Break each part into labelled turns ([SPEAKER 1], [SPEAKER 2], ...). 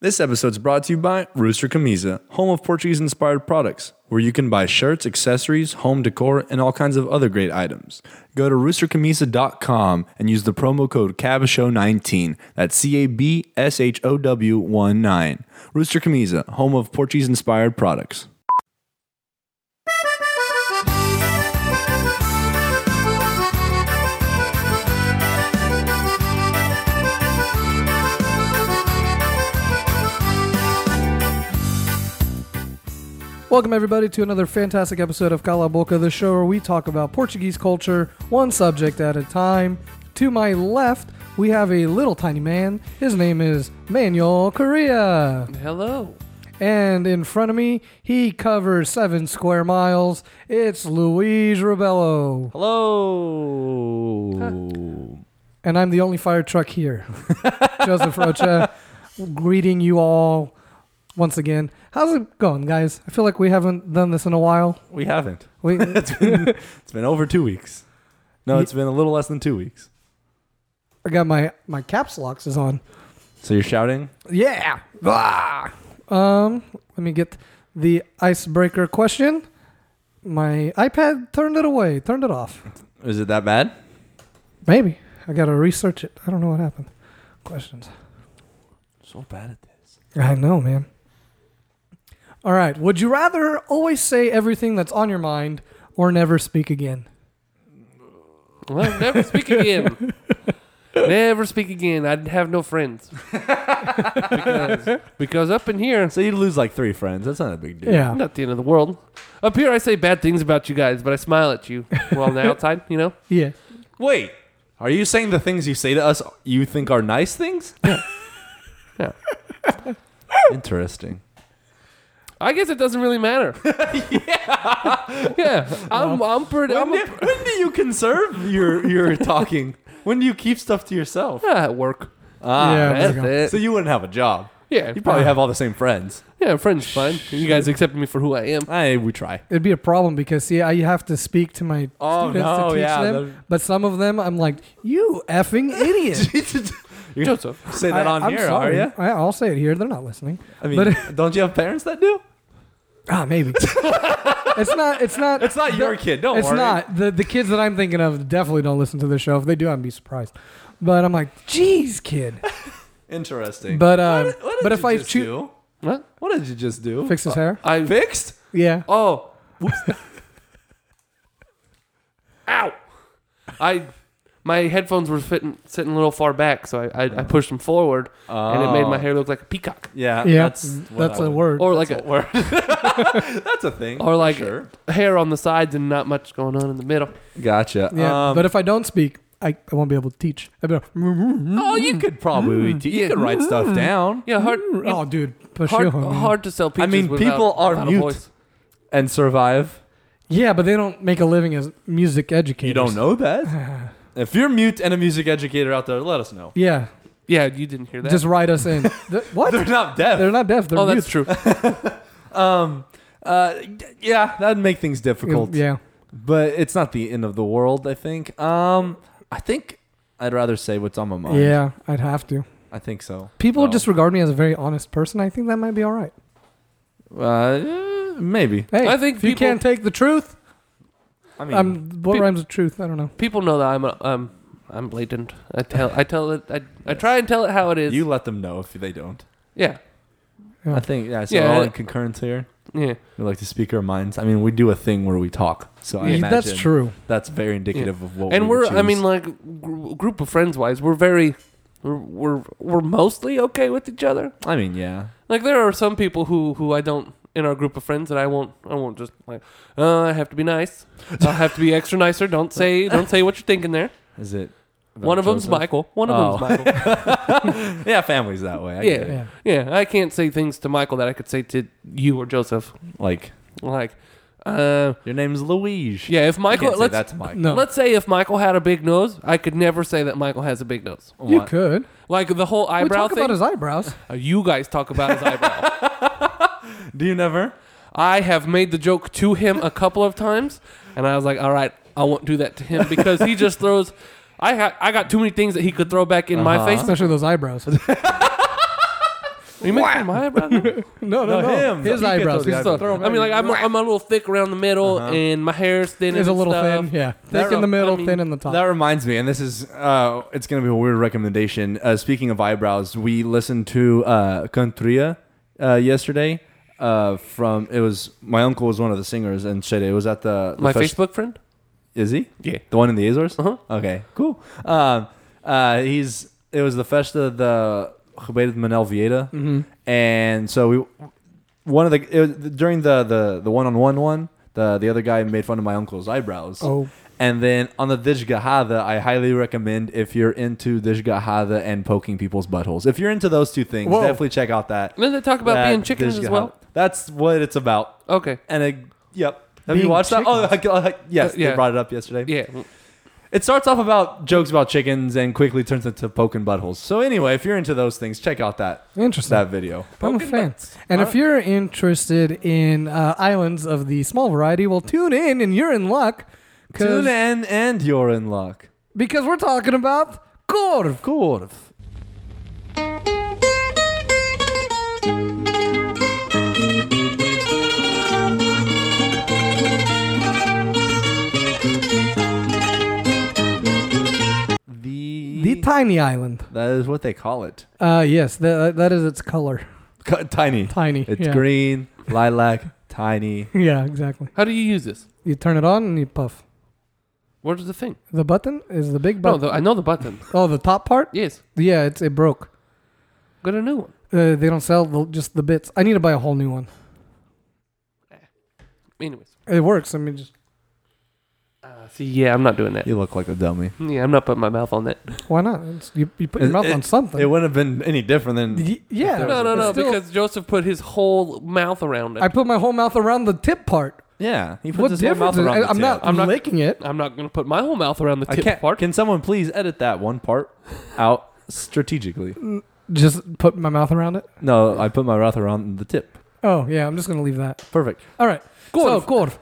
[SPEAKER 1] This episode is brought to you by Rooster Camisa, home of Portuguese inspired products, where you can buy shirts, accessories, home decor, and all kinds of other great items. Go to roostercamisa.com and use the promo code CABSHOW19. That's C A B S H O W 1 9. Rooster Camisa, home of Portuguese inspired products.
[SPEAKER 2] Welcome, everybody, to another fantastic episode of Cala Boca, the show where we talk about Portuguese culture, one subject at a time. To my left, we have a little tiny man. His name is Manuel Correa.
[SPEAKER 3] Hello.
[SPEAKER 2] And in front of me, he covers seven square miles. It's Luis Rebello.
[SPEAKER 3] Hello.
[SPEAKER 2] And I'm the only fire truck here. Joseph Rocha, greeting you all once again. How's it going, guys? I feel like we haven't done this in a while.
[SPEAKER 1] We haven't.
[SPEAKER 2] We,
[SPEAKER 1] It's been over two weeks. No, it's been a little less than two weeks.
[SPEAKER 2] I got my my caps locks is on.
[SPEAKER 1] So you're shouting?
[SPEAKER 2] Yeah. Ah. Um, let me get the icebreaker question. My iPad turned it away, turned it off.
[SPEAKER 1] Is it that bad?
[SPEAKER 2] Maybe I gotta research it. I don't know what happened. Questions.
[SPEAKER 3] So bad at this.
[SPEAKER 2] I know, man. All right. Would you rather always say everything that's on your mind or never speak again?
[SPEAKER 3] Well, never speak again. never speak again. I'd have no friends. because, because up in here,
[SPEAKER 1] So you'd lose like three friends. That's not a big deal.
[SPEAKER 2] Yeah.
[SPEAKER 3] not the end of the world. Up here, I say bad things about you guys, but I smile at you while on the outside, you know?
[SPEAKER 2] Yeah.
[SPEAKER 1] Wait, are you saying the things you say to us you think are nice things?
[SPEAKER 3] Yeah.
[SPEAKER 1] Interesting.
[SPEAKER 3] I guess it doesn't really matter. yeah. yeah. I'm, I'm pretty.
[SPEAKER 1] When
[SPEAKER 3] I'm
[SPEAKER 1] do,
[SPEAKER 3] a,
[SPEAKER 1] when do you conserve your your talking? When do you keep stuff to yourself?
[SPEAKER 3] yeah, at work.
[SPEAKER 1] Ah,
[SPEAKER 2] Yeah, there
[SPEAKER 3] That's
[SPEAKER 2] you go.
[SPEAKER 3] it.
[SPEAKER 1] so you wouldn't have a job.
[SPEAKER 3] yeah.
[SPEAKER 1] You probably have all the same friends.
[SPEAKER 3] Yeah, friends fine. You guys accept me for who I am.
[SPEAKER 1] I we try.
[SPEAKER 2] It'd be a problem because see, I have to speak to my
[SPEAKER 1] Oh,
[SPEAKER 2] students
[SPEAKER 1] no,
[SPEAKER 2] to teach
[SPEAKER 1] yeah,
[SPEAKER 2] them,
[SPEAKER 1] the-
[SPEAKER 2] but some of them I'm like, you effing idiot.
[SPEAKER 1] You're gonna
[SPEAKER 3] Joseph.
[SPEAKER 1] say that on
[SPEAKER 2] I'm
[SPEAKER 1] here,
[SPEAKER 2] sorry.
[SPEAKER 1] are you?
[SPEAKER 2] I, I'll say it here. They're not listening.
[SPEAKER 1] I mean,
[SPEAKER 2] But-
[SPEAKER 1] don't you have parents that do?
[SPEAKER 2] Ah, maybe. it's not. It's not.
[SPEAKER 1] It's not your
[SPEAKER 2] the-
[SPEAKER 1] kid. Don't
[SPEAKER 2] it's
[SPEAKER 1] worry.
[SPEAKER 2] not the the kids that I'm thinking of definitely don't listen to the show. If they do, I'd be surprised. But I'm like, jeez, kid.
[SPEAKER 1] Interesting.
[SPEAKER 2] But um,
[SPEAKER 1] What- what did
[SPEAKER 2] but
[SPEAKER 1] you
[SPEAKER 2] if I
[SPEAKER 1] just
[SPEAKER 2] choose,
[SPEAKER 1] do?
[SPEAKER 3] What?
[SPEAKER 1] what did you just do?
[SPEAKER 2] fix his hair.
[SPEAKER 3] I
[SPEAKER 1] Fixed?
[SPEAKER 2] Yeah.
[SPEAKER 3] Oh. Ow. I my headphones were fitting, sitting a little far back, so I,
[SPEAKER 1] Oh.
[SPEAKER 3] I, I pushed them forward, and it made my hair look like a peacock,
[SPEAKER 1] Yeah,
[SPEAKER 2] yeah. Mm,
[SPEAKER 1] that's what I
[SPEAKER 2] a
[SPEAKER 1] would-
[SPEAKER 2] word.
[SPEAKER 3] or like a
[SPEAKER 1] word. That's a thing.
[SPEAKER 3] or like
[SPEAKER 1] sure.
[SPEAKER 3] hair on the sides and not much going on in the middle.
[SPEAKER 1] Gotcha.
[SPEAKER 2] yeah.
[SPEAKER 1] Um,
[SPEAKER 2] but if I don't speak, I, I won't be able to teach. I'd be like,
[SPEAKER 1] Oh, you
[SPEAKER 2] mm,
[SPEAKER 1] could probably do- you could write stuff down
[SPEAKER 3] Yeah, hard
[SPEAKER 2] oh, dude, push
[SPEAKER 3] hard,
[SPEAKER 2] you on me.
[SPEAKER 3] hard to sell
[SPEAKER 1] I
[SPEAKER 3] peaches.
[SPEAKER 1] mean,
[SPEAKER 3] without-
[SPEAKER 1] people are
[SPEAKER 3] without a
[SPEAKER 1] mute.
[SPEAKER 3] voice.
[SPEAKER 1] and survive.
[SPEAKER 2] Yeah, but they don't make a living as music educators.
[SPEAKER 1] You don't know that. if you're mute and a music educator out there, let us know.
[SPEAKER 2] Yeah,
[SPEAKER 3] Yeah, you didn't hear that.
[SPEAKER 2] just write us in. Th- what?
[SPEAKER 1] They're not deaf.
[SPEAKER 2] They're not deaf. They're
[SPEAKER 3] oh, that's
[SPEAKER 2] mute.
[SPEAKER 3] true.
[SPEAKER 1] um, uh, yeah, that'd make things difficult.
[SPEAKER 2] Yeah.
[SPEAKER 1] But it's not the end of the world. I think. Um, I think I'd rather say what's on my mind.
[SPEAKER 2] Yeah, I'd have to.
[SPEAKER 1] I think so.
[SPEAKER 2] People
[SPEAKER 1] So,
[SPEAKER 2] just regard me as a very honest person. I think that might be all right.
[SPEAKER 1] uh, eh, maybe.
[SPEAKER 2] Hey,
[SPEAKER 3] I think
[SPEAKER 2] if you
[SPEAKER 3] people-
[SPEAKER 2] can't take the truth,
[SPEAKER 1] I mean,
[SPEAKER 2] I'm what
[SPEAKER 3] Pe-
[SPEAKER 2] rhymes with truth? I don't know.
[SPEAKER 3] people know that I'm a, um I'm blatant. I tell I tell it. I, I try and tell it how it is.
[SPEAKER 1] you let them know if they don't.
[SPEAKER 3] yeah
[SPEAKER 2] Yeah.
[SPEAKER 1] I think. Yeah. So
[SPEAKER 3] Yeah.
[SPEAKER 1] we're all in concurrence here.
[SPEAKER 3] yeah.
[SPEAKER 1] We like to speak our minds. I mean, we do a thing where we talk. So I
[SPEAKER 2] Yeah,
[SPEAKER 1] imagine
[SPEAKER 2] that's true.
[SPEAKER 1] That's very indicative of what.
[SPEAKER 3] and
[SPEAKER 1] we
[SPEAKER 3] we're
[SPEAKER 1] would
[SPEAKER 3] i mean
[SPEAKER 1] choose.
[SPEAKER 3] like gr- group of friends wise we're very we're, we're we're mostly okay with each other
[SPEAKER 1] I mean, yeah.
[SPEAKER 3] like there are some people who who i don't in our group of friends that i won't i won't just like uh, i have to be nice i'll have to be extra nicer don't say don't say what you're thinking there
[SPEAKER 1] Is it? about
[SPEAKER 3] one of them's
[SPEAKER 1] Joseph?
[SPEAKER 3] michael one of
[SPEAKER 1] Oh.
[SPEAKER 3] them's michael
[SPEAKER 1] Yeah, family's that way. I
[SPEAKER 3] Yeah.
[SPEAKER 1] get it.
[SPEAKER 2] Yeah.
[SPEAKER 3] yeah i can't say things to michael that i could say to you or joseph
[SPEAKER 1] Like
[SPEAKER 3] like uh
[SPEAKER 1] your name's Louise.
[SPEAKER 3] yeah if michael
[SPEAKER 1] Can't say
[SPEAKER 3] let's
[SPEAKER 1] that to Mike.
[SPEAKER 2] No,
[SPEAKER 3] let's say if michael had a big nose i could never say that michael has a big nose
[SPEAKER 2] you
[SPEAKER 1] What?
[SPEAKER 2] could.
[SPEAKER 3] like the whole
[SPEAKER 2] We
[SPEAKER 3] eyebrow
[SPEAKER 2] talk
[SPEAKER 3] thing
[SPEAKER 2] about his eyebrows.
[SPEAKER 3] Uh, you guys talk about his eyebrow
[SPEAKER 1] Do you never?
[SPEAKER 3] I have made the joke to him a couple of times, and I was like, "All right, I won't do that to him because he just throws." I ha- I got too many things that he could throw back in my
[SPEAKER 1] Uh-huh.
[SPEAKER 3] face.
[SPEAKER 2] Especially those eyebrows.
[SPEAKER 3] Are you making my eyebrow? now?
[SPEAKER 2] No, no,
[SPEAKER 1] No,
[SPEAKER 2] no.
[SPEAKER 1] him.
[SPEAKER 2] His
[SPEAKER 1] He gets
[SPEAKER 2] eyebrows.
[SPEAKER 1] those Yeah,
[SPEAKER 3] Just a-
[SPEAKER 1] throw 'em
[SPEAKER 3] I mean, like I'm, I'm a little thick around the middle,
[SPEAKER 1] Uh-huh.
[SPEAKER 3] and my hair's thin.
[SPEAKER 2] Is
[SPEAKER 3] and
[SPEAKER 2] a little
[SPEAKER 3] stuff.
[SPEAKER 2] thin. Yeah,
[SPEAKER 3] That
[SPEAKER 2] thick in the
[SPEAKER 3] don't- I
[SPEAKER 2] middle,
[SPEAKER 3] mean,
[SPEAKER 2] thin in the top.
[SPEAKER 1] That reminds me, and this is uh, it's gonna be a weird recommendation. Uh, speaking of eyebrows, we listened to uh, Contria uh, yesterday. Uh, from it was my uncle was one of the singers, and shit, it was at the, the
[SPEAKER 3] My
[SPEAKER 1] fest-
[SPEAKER 3] Facebook friend.
[SPEAKER 1] Is he?
[SPEAKER 3] Yeah.
[SPEAKER 1] The one in the Azores?
[SPEAKER 3] Uh-huh.
[SPEAKER 1] Okay, cool. Um, uh, he's it was the festa the Jubeid Manel Vieta,
[SPEAKER 3] Mm-hmm.
[SPEAKER 1] and so we one of the it was, during the the the one on one one the the other guy made fun of my uncle's eyebrows.
[SPEAKER 2] Oh.
[SPEAKER 1] And then on the Dishgahada, I highly recommend if you're into Dishgahada and poking people's buttholes. If you're into those two things,
[SPEAKER 2] Whoa.
[SPEAKER 1] definitely check out that.
[SPEAKER 3] And then they talk about
[SPEAKER 1] that
[SPEAKER 3] being chickens as
[SPEAKER 1] Dishgahada.
[SPEAKER 3] well.
[SPEAKER 1] That's what it's about.
[SPEAKER 3] Okay.
[SPEAKER 1] And it, yep. Have you
[SPEAKER 2] Being
[SPEAKER 1] watched that? Oh, yes.
[SPEAKER 3] Uh, yeah.
[SPEAKER 1] They brought it up yesterday.
[SPEAKER 3] Yeah.
[SPEAKER 1] It starts off about jokes about chickens and quickly turns into poking buttholes. So anyway, if you're into those things, check out that
[SPEAKER 2] Interesting.
[SPEAKER 1] that video.
[SPEAKER 2] I'm a
[SPEAKER 3] Poking
[SPEAKER 2] fan.
[SPEAKER 3] butts.
[SPEAKER 2] And if
[SPEAKER 3] Alright.
[SPEAKER 2] you're interested in uh, islands of the small variety, well, tune in and you're in luck. 'cause-
[SPEAKER 1] Tune in and you're in luck.
[SPEAKER 2] Because we're talking about Corv.
[SPEAKER 1] Corv. The,
[SPEAKER 2] The tiny island.
[SPEAKER 1] that is what they call it.
[SPEAKER 2] E Uh, yes, that, that is its color.
[SPEAKER 1] Cu- Tiny.
[SPEAKER 2] Tiny.
[SPEAKER 1] It's
[SPEAKER 2] yeah.
[SPEAKER 1] green, lilac, tiny.
[SPEAKER 2] Yeah, exactly.
[SPEAKER 3] How do you use this?
[SPEAKER 2] You turn it on and you puff.
[SPEAKER 3] Where's the thing?
[SPEAKER 2] The button is the big
[SPEAKER 3] No,
[SPEAKER 2] button.
[SPEAKER 3] the, I know the button.
[SPEAKER 2] oh, the top part?
[SPEAKER 3] Yes.
[SPEAKER 2] Yeah, it's it broke.
[SPEAKER 3] Got a new one.
[SPEAKER 2] Uh, they don't sell the, just the bits. I need to buy a whole new one.
[SPEAKER 3] Anyways.
[SPEAKER 2] It works. I mean, just
[SPEAKER 3] Uh, see, yeah, I'm not doing that.
[SPEAKER 1] You look like a dummy.
[SPEAKER 3] Yeah, I'm not putting my mouth on that.
[SPEAKER 2] why not? It's, you, you put your
[SPEAKER 1] It-
[SPEAKER 2] mouth on something.
[SPEAKER 1] It wouldn't have been any different than
[SPEAKER 2] Y- yeah.
[SPEAKER 3] No, no,
[SPEAKER 2] it's
[SPEAKER 3] no,
[SPEAKER 2] still-
[SPEAKER 3] because Joseph put his whole mouth around it.
[SPEAKER 2] I put my whole mouth around the tip part.
[SPEAKER 1] Yeah, he puts
[SPEAKER 2] What
[SPEAKER 1] his whole mouth
[SPEAKER 2] difference? is-
[SPEAKER 1] around
[SPEAKER 2] I,
[SPEAKER 1] the
[SPEAKER 2] I'm
[SPEAKER 1] tip.
[SPEAKER 2] not.
[SPEAKER 3] I'm not-
[SPEAKER 2] licking it.
[SPEAKER 3] I'm not going to put my whole mouth around the
[SPEAKER 1] I
[SPEAKER 3] tip
[SPEAKER 1] can't.
[SPEAKER 3] part.
[SPEAKER 1] Can someone please edit that one part out strategically?
[SPEAKER 2] Just put my mouth around it.
[SPEAKER 1] No, I put my mouth around the tip.
[SPEAKER 2] Oh yeah, I'm just gonna leave that.
[SPEAKER 1] Perfect.
[SPEAKER 2] All right. So
[SPEAKER 3] Corv.
[SPEAKER 2] corv,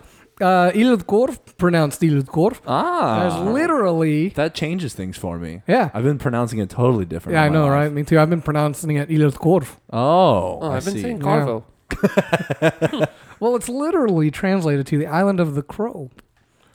[SPEAKER 2] uh, Ilud corv, pronounced Ilud corv,
[SPEAKER 1] Ah,
[SPEAKER 2] is literally.
[SPEAKER 1] that changes things for me.
[SPEAKER 2] Yeah.
[SPEAKER 1] I've been pronouncing it totally different.
[SPEAKER 2] Yeah,
[SPEAKER 1] all
[SPEAKER 2] I
[SPEAKER 1] my
[SPEAKER 2] know,
[SPEAKER 1] life.
[SPEAKER 2] right? Me too. I've been pronouncing it Ilud corv.
[SPEAKER 1] Oh,
[SPEAKER 3] oh,
[SPEAKER 1] I
[SPEAKER 3] I've been
[SPEAKER 1] see.
[SPEAKER 3] saying
[SPEAKER 2] Yeah.
[SPEAKER 3] Carvo.
[SPEAKER 2] Well, it's literally translated to the island of the crow,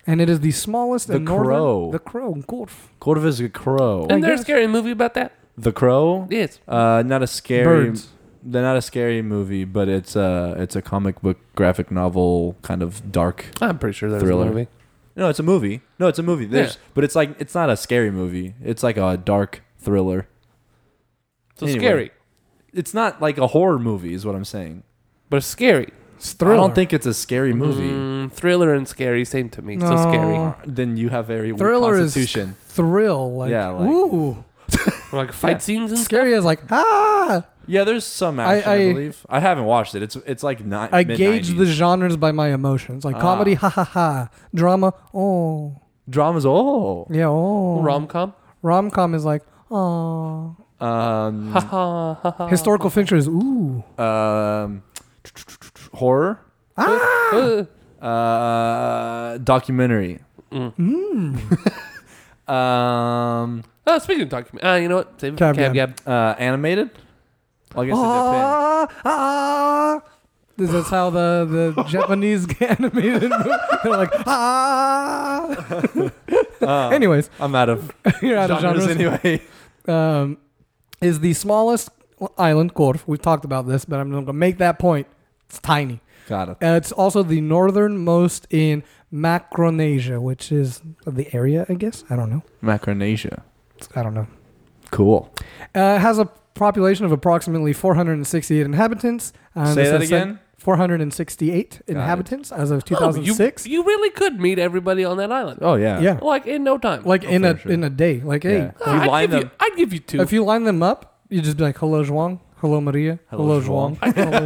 [SPEAKER 2] and it is the smallest
[SPEAKER 1] The
[SPEAKER 2] and northern.
[SPEAKER 1] crow.
[SPEAKER 2] The crow. Corv.
[SPEAKER 1] Corv is a crow.
[SPEAKER 3] Isn't there a
[SPEAKER 2] guess.
[SPEAKER 3] scary movie about that?
[SPEAKER 1] The crow.
[SPEAKER 3] Yes.
[SPEAKER 1] Uh, not a scary.
[SPEAKER 2] Birds.
[SPEAKER 1] They're not a scary movie, but it's a it's a comic book graphic novel kind of dark.
[SPEAKER 3] I'm pretty sure there's
[SPEAKER 1] Thriller.
[SPEAKER 3] a movie.
[SPEAKER 1] No, it's a movie. No, it's a movie. There's, but it's like it's not a scary movie. It's like a dark thriller.
[SPEAKER 3] So
[SPEAKER 1] Anyway.
[SPEAKER 3] scary,
[SPEAKER 1] It's not like a horror movie, is what I'm saying.
[SPEAKER 3] but it's scary.
[SPEAKER 2] It's thriller.
[SPEAKER 1] I don't think it's a scary movie.
[SPEAKER 3] Mm, thriller and scary, same to me. So
[SPEAKER 2] No.
[SPEAKER 3] scary.
[SPEAKER 1] Then you have very
[SPEAKER 2] Thriller
[SPEAKER 1] thriller
[SPEAKER 2] is-
[SPEAKER 1] constitution.
[SPEAKER 2] thrill. Like,
[SPEAKER 1] Yeah, like-
[SPEAKER 2] ooh,
[SPEAKER 3] Like fight scenes and stuff.
[SPEAKER 2] scary is like ah.
[SPEAKER 1] yeah, there's some
[SPEAKER 2] I-
[SPEAKER 1] action. I,
[SPEAKER 2] I-
[SPEAKER 1] believe I haven't watched it. It's it's like nine.
[SPEAKER 2] I gauge the genres by my emotions. Like comedy,
[SPEAKER 1] Ah.
[SPEAKER 2] ha ha ha. Drama, oh
[SPEAKER 1] dramas. Oh,
[SPEAKER 2] yeah, oh.
[SPEAKER 3] Rom com.
[SPEAKER 2] Rom com is like oh.
[SPEAKER 1] um,
[SPEAKER 3] Ha ha ha ha.
[SPEAKER 2] Historical fiction is ooh.
[SPEAKER 1] um, horror,
[SPEAKER 2] Ah!
[SPEAKER 3] Uh,
[SPEAKER 1] uh, documentary.
[SPEAKER 3] mm.
[SPEAKER 2] Mm.
[SPEAKER 1] um,
[SPEAKER 3] oh, speaking of document, uh, you know what? Save it
[SPEAKER 2] Cab
[SPEAKER 3] for Cab
[SPEAKER 2] Gab.
[SPEAKER 3] Gab. Oh,
[SPEAKER 1] uh, animated. I guess it depends.
[SPEAKER 2] Ah, ah. This is how the, the Japanese animated movie. They're like
[SPEAKER 1] Uh-huh.
[SPEAKER 2] ah. Anyways,
[SPEAKER 1] Uh, I'm out of
[SPEAKER 2] you're out of
[SPEAKER 1] genres
[SPEAKER 2] genres.
[SPEAKER 1] anyway.
[SPEAKER 2] um, is the smallest island, Corf. We've talked about this, but I'm going to make that point. It's tiny.
[SPEAKER 1] Got it.
[SPEAKER 2] Uh, it's also the northernmost in Macronesia, which is the area, I guess. I don't know.
[SPEAKER 1] Macronesia.
[SPEAKER 2] It's- I don't know.
[SPEAKER 1] Cool.
[SPEAKER 2] Uh, it has a population of approximately 468 inhabitants. Uh,
[SPEAKER 1] Say
[SPEAKER 2] this
[SPEAKER 1] that
[SPEAKER 2] is said-
[SPEAKER 1] again?
[SPEAKER 2] 468
[SPEAKER 1] it.
[SPEAKER 2] inhabitants as of
[SPEAKER 3] Oh, you,
[SPEAKER 2] 2006.
[SPEAKER 3] you really could meet everybody on that island.
[SPEAKER 1] Oh yeah.
[SPEAKER 2] yeah.
[SPEAKER 3] Like in no time.
[SPEAKER 2] Like in
[SPEAKER 1] for
[SPEAKER 2] a
[SPEAKER 1] sure.
[SPEAKER 2] in a day. Like,
[SPEAKER 1] Yeah.
[SPEAKER 3] Uh,
[SPEAKER 1] you
[SPEAKER 3] I'd
[SPEAKER 1] line
[SPEAKER 3] give
[SPEAKER 1] them-
[SPEAKER 3] I'd give you two.
[SPEAKER 2] hey, if you line them up, you just be like, hello, Zhuang. Hello, Maria. Hello,
[SPEAKER 1] Hello,
[SPEAKER 2] Zhuang. Hello,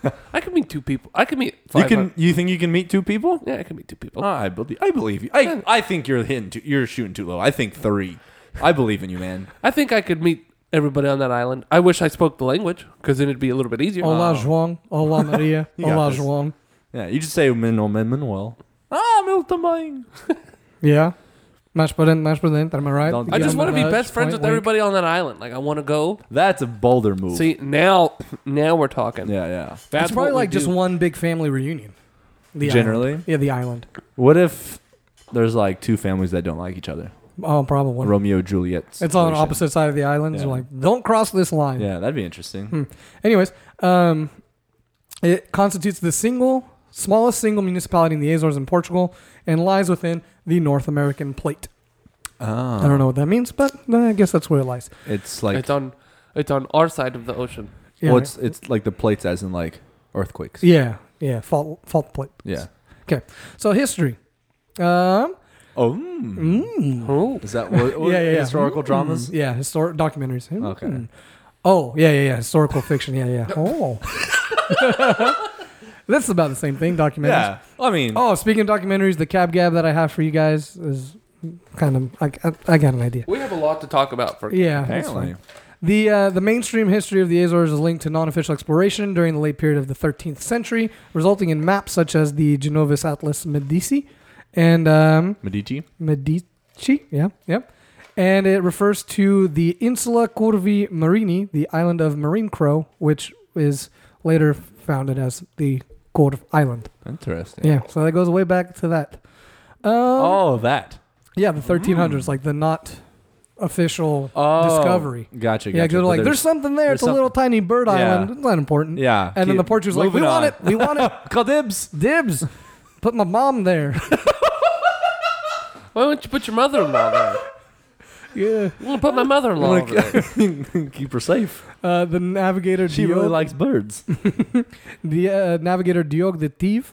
[SPEAKER 2] Zai."
[SPEAKER 3] I can meet two people. I can meet.
[SPEAKER 1] You
[SPEAKER 3] Five
[SPEAKER 1] can. You think you can meet two people?
[SPEAKER 3] Yeah, I can meet two people.
[SPEAKER 1] Oh,
[SPEAKER 2] Uh,
[SPEAKER 1] I believe. I believe you. I. I think you're hitting. Too, you're shooting too low. I think three. I believe in you, man.
[SPEAKER 3] I think I could meet everybody on that island. I wish I spoke the language because then it'd be a little bit easier.
[SPEAKER 2] Hola, Zhuang. Hola, Maria.
[SPEAKER 1] You got
[SPEAKER 2] Hola,
[SPEAKER 1] this.
[SPEAKER 2] Zhuang.
[SPEAKER 1] Yeah, you just say Manuel Manuel. Ah, Milton Mine.
[SPEAKER 2] Yeah. Más prudent, más prudent. Am I right?
[SPEAKER 1] Don't-
[SPEAKER 3] I just
[SPEAKER 1] Yeah,
[SPEAKER 3] want to be
[SPEAKER 2] Nudge,
[SPEAKER 3] best friends
[SPEAKER 2] wink, wink.
[SPEAKER 3] with everybody on that island. Like I want to go.
[SPEAKER 1] That's a bolder move.
[SPEAKER 3] See now, now we're talking.
[SPEAKER 1] Yeah, yeah.
[SPEAKER 3] That's
[SPEAKER 2] it's probably
[SPEAKER 3] what we
[SPEAKER 2] like just
[SPEAKER 3] do.
[SPEAKER 2] one big family reunion. The
[SPEAKER 1] Generally?
[SPEAKER 2] island. yeah, the island.
[SPEAKER 1] What if there's like two families that don't like each other?
[SPEAKER 2] Oh,
[SPEAKER 1] A
[SPEAKER 2] probably.
[SPEAKER 1] Romeo Juliet.
[SPEAKER 2] It's on
[SPEAKER 1] situation.
[SPEAKER 2] the opposite side of the island.
[SPEAKER 1] Yeah.
[SPEAKER 2] They're like, don't cross this line.
[SPEAKER 1] Yeah, that'd be
[SPEAKER 2] Hmm.
[SPEAKER 1] interesting.
[SPEAKER 2] Anyways, um, it constitutes the single smallest single municipality in the Azores in Portugal and lies within the North American plate.
[SPEAKER 1] Ah,
[SPEAKER 2] I don't know what that means, but uh, I guess that's where it lies.
[SPEAKER 1] It's like
[SPEAKER 3] it's on, it's on our side of the ocean.
[SPEAKER 2] Yeah,
[SPEAKER 1] well, it's it's like the plates, as in like earthquakes.
[SPEAKER 2] yeah, yeah, fault fault plate.
[SPEAKER 1] Yeah.
[SPEAKER 2] So history. Um,
[SPEAKER 1] Oh. mm.
[SPEAKER 2] mm,
[SPEAKER 3] Oh,
[SPEAKER 1] Is that what, what
[SPEAKER 2] Yeah, yeah, yeah.
[SPEAKER 1] historical dramas?
[SPEAKER 2] yeah, historic documentaries. Hmm.
[SPEAKER 1] Mm-hmm. Okay.
[SPEAKER 2] Oh, yeah, yeah, yeah, historical fiction. Yeah, yeah. Oh. That's about the same thing,
[SPEAKER 1] Yeah.
[SPEAKER 2] documentaries.
[SPEAKER 1] I mean,
[SPEAKER 2] Oh, speaking of documentaries, the cab gab that I have for you guys is kind of I, I, I got an idea.
[SPEAKER 3] we have a lot to talk about for.
[SPEAKER 2] Yeah, that's
[SPEAKER 1] apparently.
[SPEAKER 2] fine. The uh, the mainstream history of the Azores is linked to non-official exploration during the late period of the 13th century, resulting in maps such as the Genovis Atlas Medici and um,
[SPEAKER 1] Medici.
[SPEAKER 2] Medici. Yeah, yep. And it refers to the Insula Corvi Marini, the island of Marine Crow, which is later founded as the Corv Island.
[SPEAKER 1] Interesting.
[SPEAKER 2] Yeah, so that goes way back to that. Um,
[SPEAKER 1] Oh, that.
[SPEAKER 2] yeah, the 1300s, like the not official
[SPEAKER 1] Oh.
[SPEAKER 2] discovery.
[SPEAKER 1] Gotcha.
[SPEAKER 2] Yeah,
[SPEAKER 1] gotcha.
[SPEAKER 2] 'cause they're
[SPEAKER 1] But
[SPEAKER 2] like, there's, something there.
[SPEAKER 1] there's
[SPEAKER 2] It's a little tiny bird
[SPEAKER 1] Yeah.
[SPEAKER 2] island. It's not important.
[SPEAKER 1] Yeah.
[SPEAKER 2] And then the Portuguese like, we want it. We want it.
[SPEAKER 1] Call dibs.
[SPEAKER 2] Dibs. Put my mom there.
[SPEAKER 3] Why don't you put your mother-in-law there?
[SPEAKER 2] yeah.
[SPEAKER 3] I'm gonna put my mother-in-law
[SPEAKER 1] Like-
[SPEAKER 3] over there.
[SPEAKER 1] Keep her safe.
[SPEAKER 2] Uh, the navigator.
[SPEAKER 1] She
[SPEAKER 2] Diogo-
[SPEAKER 1] really likes birds.
[SPEAKER 2] the uh, navigator Diog the Thief.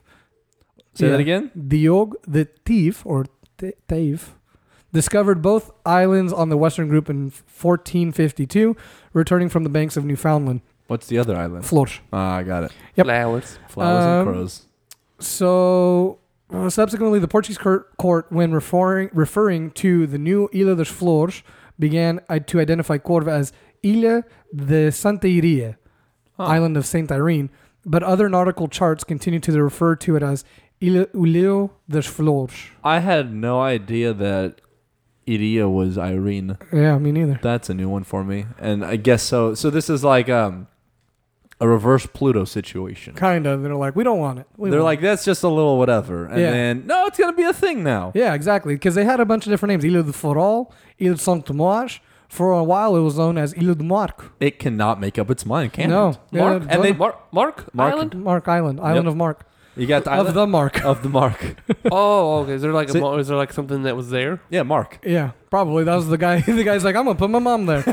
[SPEAKER 1] Say that
[SPEAKER 2] Yeah.
[SPEAKER 1] again.
[SPEAKER 2] Diog the Thief or T- Thief discovered both islands on the western group in 1452, returning from the banks of Newfoundland.
[SPEAKER 1] What's the other island?
[SPEAKER 2] Flores.
[SPEAKER 1] Ah, I got it.
[SPEAKER 2] Yep.
[SPEAKER 3] Flowers.
[SPEAKER 1] Flowers
[SPEAKER 2] Um,
[SPEAKER 1] and crows.
[SPEAKER 2] So uh, subsequently, the Portuguese cour- court, when referring referring to the new Ilha das Flores, began uh, to identify Corva as Ilha de Santa Iria, Island of Saint Irene. But other nautical charts continue to refer to it as Ilha Ulio das Flores.
[SPEAKER 1] I had no idea that Iria was Irene.
[SPEAKER 2] Yeah, me neither.
[SPEAKER 1] That's a new one for me. And I guess so. So this is like um, a reverse Pluto situation.
[SPEAKER 2] Kind of. They're like, we don't want it. We
[SPEAKER 1] They're
[SPEAKER 2] want
[SPEAKER 1] like, that's just a little whatever. And
[SPEAKER 2] Yeah.
[SPEAKER 1] then, no, it's going to be a thing now.
[SPEAKER 2] it." yeah, exactly. Because they had a bunch of different names Ilha de Foral, Ilha de São Tomás. For a while, it was known as Ilha de Marco.
[SPEAKER 1] It cannot make up its mind, can
[SPEAKER 2] no.
[SPEAKER 1] it?
[SPEAKER 2] Yeah,
[SPEAKER 3] Mark.
[SPEAKER 2] it's
[SPEAKER 1] And
[SPEAKER 2] not-
[SPEAKER 1] they-
[SPEAKER 3] Mark. Mark.
[SPEAKER 1] Mark.
[SPEAKER 3] Island.
[SPEAKER 2] Mark Island, Island
[SPEAKER 1] Yep.
[SPEAKER 2] of Mark,
[SPEAKER 1] You got the
[SPEAKER 2] of
[SPEAKER 1] island
[SPEAKER 2] the Mark.
[SPEAKER 1] of the mark.
[SPEAKER 3] Oh, okay. Is there like a,
[SPEAKER 1] See-
[SPEAKER 3] mo- is there like something that was there?
[SPEAKER 1] yeah, mark.
[SPEAKER 2] Yeah, probably that was the guy. The guy's like, I'm gonna put my mom there.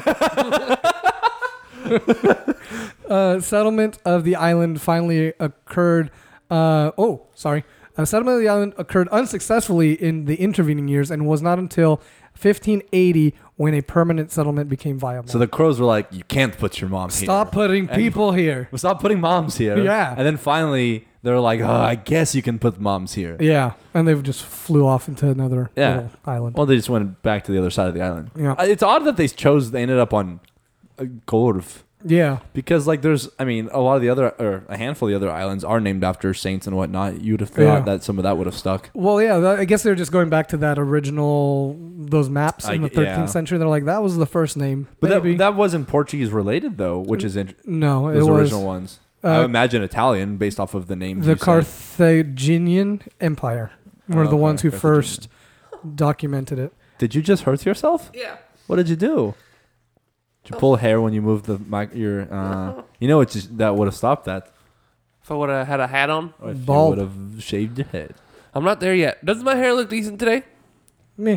[SPEAKER 2] uh, settlement of the island finally occurred. Uh, oh, sorry. Uh, settlement of the island occurred unsuccessfully in the intervening years and was not until 1580 when a permanent settlement became viable.
[SPEAKER 1] So the crows were like, you can't put your mom here.
[SPEAKER 2] Stop putting
[SPEAKER 1] And-
[SPEAKER 2] people here.
[SPEAKER 1] Well, Stop putting moms here.
[SPEAKER 2] Yeah.
[SPEAKER 1] And then finally, they're like, oh, I guess you can put moms here.
[SPEAKER 2] Yeah, and they just flew off into another
[SPEAKER 1] Yeah.
[SPEAKER 2] little island.
[SPEAKER 1] Well, they just went back to the other side of the island.
[SPEAKER 2] Yeah.
[SPEAKER 1] Uh, It's odd that they chose, they ended up on uh, Corv.
[SPEAKER 2] yeah,
[SPEAKER 1] Because, like, there's, I mean, a lot of the other, or a handful of the other islands are named after saints and whatnot. You would have thought
[SPEAKER 2] Yeah.
[SPEAKER 1] that some of that would have stuck.
[SPEAKER 2] Well, yeah, that, I guess they're just going back to that original those maps
[SPEAKER 1] I-
[SPEAKER 2] in the 13th
[SPEAKER 1] yeah.
[SPEAKER 2] century. They're like that was the first name,
[SPEAKER 1] But
[SPEAKER 2] Maybe.
[SPEAKER 1] that, that wasn't Portuguese related, though, which is interesting.
[SPEAKER 2] no, it
[SPEAKER 1] Those
[SPEAKER 2] was
[SPEAKER 1] original ones. I
[SPEAKER 2] uh,
[SPEAKER 1] imagine Italian based off of the name.
[SPEAKER 2] the Carthaginian Empire were
[SPEAKER 1] Oh,
[SPEAKER 2] the
[SPEAKER 1] okay,
[SPEAKER 2] ones who
[SPEAKER 1] Carthaginian.
[SPEAKER 2] first documented it.
[SPEAKER 1] Did you just hurt yourself?
[SPEAKER 3] Yeah.
[SPEAKER 1] What did you do? Did you pull hair when you moved the mic? Your, uh, you know, it's just, that would have stopped that.
[SPEAKER 3] If I would have had a hat on,
[SPEAKER 1] Or if
[SPEAKER 2] Bald.
[SPEAKER 1] You would have shaved your head.
[SPEAKER 3] I'm not there yet. Doesn't my hair look decent today?
[SPEAKER 2] Meh.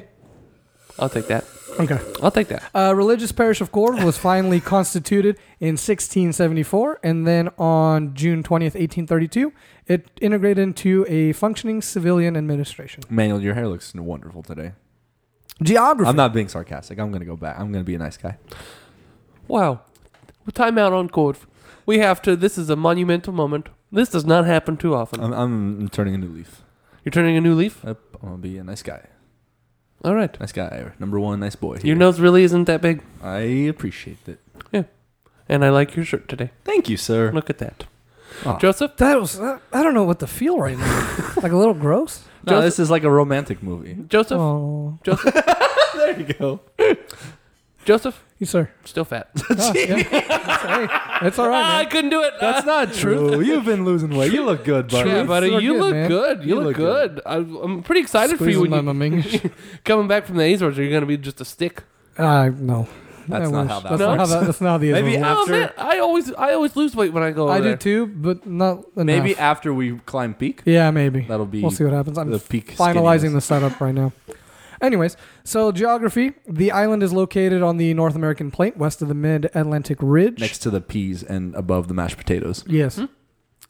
[SPEAKER 3] I'll take that.
[SPEAKER 2] Okay.
[SPEAKER 3] I'll take that.
[SPEAKER 2] Uh, religious parish of Corv was finally constituted in 1674, and then on June 20th, 1832, it integrated into a functioning civilian administration.
[SPEAKER 1] Manuel, your hair looks wonderful today.
[SPEAKER 2] Geography.
[SPEAKER 1] I'm not being sarcastic. I'm gonna go back. I'm gonna be a nice guy.
[SPEAKER 3] Wow. Well, Time out on court. We have to. This is a monumental moment. This does not happen too often.
[SPEAKER 1] I'm, I'm turning a new leaf.
[SPEAKER 3] You're turning a new leaf?
[SPEAKER 1] Yep, I'm gonna be a nice guy.
[SPEAKER 3] All right.
[SPEAKER 1] Nice guy. Number one, nice boy.
[SPEAKER 3] Your
[SPEAKER 1] here.
[SPEAKER 3] nose really isn't that big.
[SPEAKER 1] I appreciate it.
[SPEAKER 3] And I like your shirt today.
[SPEAKER 1] Thank you, sir.
[SPEAKER 3] Look at that.
[SPEAKER 1] Oh.
[SPEAKER 3] Joseph,
[SPEAKER 2] That was I I don't know what to feel right now. like a little gross.
[SPEAKER 1] No, this is like a romantic movie.
[SPEAKER 3] Joseph,
[SPEAKER 2] Oh,
[SPEAKER 1] There you go.
[SPEAKER 3] Joseph,
[SPEAKER 2] yes, sir.
[SPEAKER 3] still fat.
[SPEAKER 2] Oh, yeah. That's, hey, it's all
[SPEAKER 3] Ah,
[SPEAKER 2] right,
[SPEAKER 3] I
[SPEAKER 2] man.
[SPEAKER 3] couldn't do it.
[SPEAKER 1] That's
[SPEAKER 3] Ah.
[SPEAKER 1] not true. You've been losing weight. You look good, buddy.
[SPEAKER 3] Yeah, buddy,
[SPEAKER 2] are
[SPEAKER 3] you
[SPEAKER 2] good,
[SPEAKER 3] look
[SPEAKER 2] man.
[SPEAKER 3] good. You,
[SPEAKER 1] You
[SPEAKER 3] look,
[SPEAKER 1] look
[SPEAKER 3] good. I, I'm pretty excited for you
[SPEAKER 2] Squeezing
[SPEAKER 3] when
[SPEAKER 2] my
[SPEAKER 3] you
[SPEAKER 2] mamingish.
[SPEAKER 3] coming back from the Azores. You're gonna be just a stick.
[SPEAKER 2] I no.
[SPEAKER 1] That's
[SPEAKER 2] I
[SPEAKER 1] not
[SPEAKER 2] wish.
[SPEAKER 1] how that
[SPEAKER 2] that's Not how
[SPEAKER 1] works.
[SPEAKER 2] that, that's not the
[SPEAKER 1] Maybe
[SPEAKER 2] Maybe
[SPEAKER 1] I-
[SPEAKER 3] Oh
[SPEAKER 1] After-
[SPEAKER 3] man, I always I always lose weight when I go. Over
[SPEAKER 2] Mm-hmm. I do
[SPEAKER 3] there.
[SPEAKER 2] too, but not enough.
[SPEAKER 1] Maybe after we climb peak,
[SPEAKER 2] Yeah, maybe.
[SPEAKER 1] that'll be
[SPEAKER 2] We'll see what happens. I'm
[SPEAKER 1] the peak.
[SPEAKER 2] finalizing
[SPEAKER 1] skinniness.
[SPEAKER 2] the setup right now. Anyways, so geography. The island is located on the North American plate, west of the Mid Atlantic Ridge.
[SPEAKER 1] next to the peas and above the mashed potatoes.
[SPEAKER 2] Yes.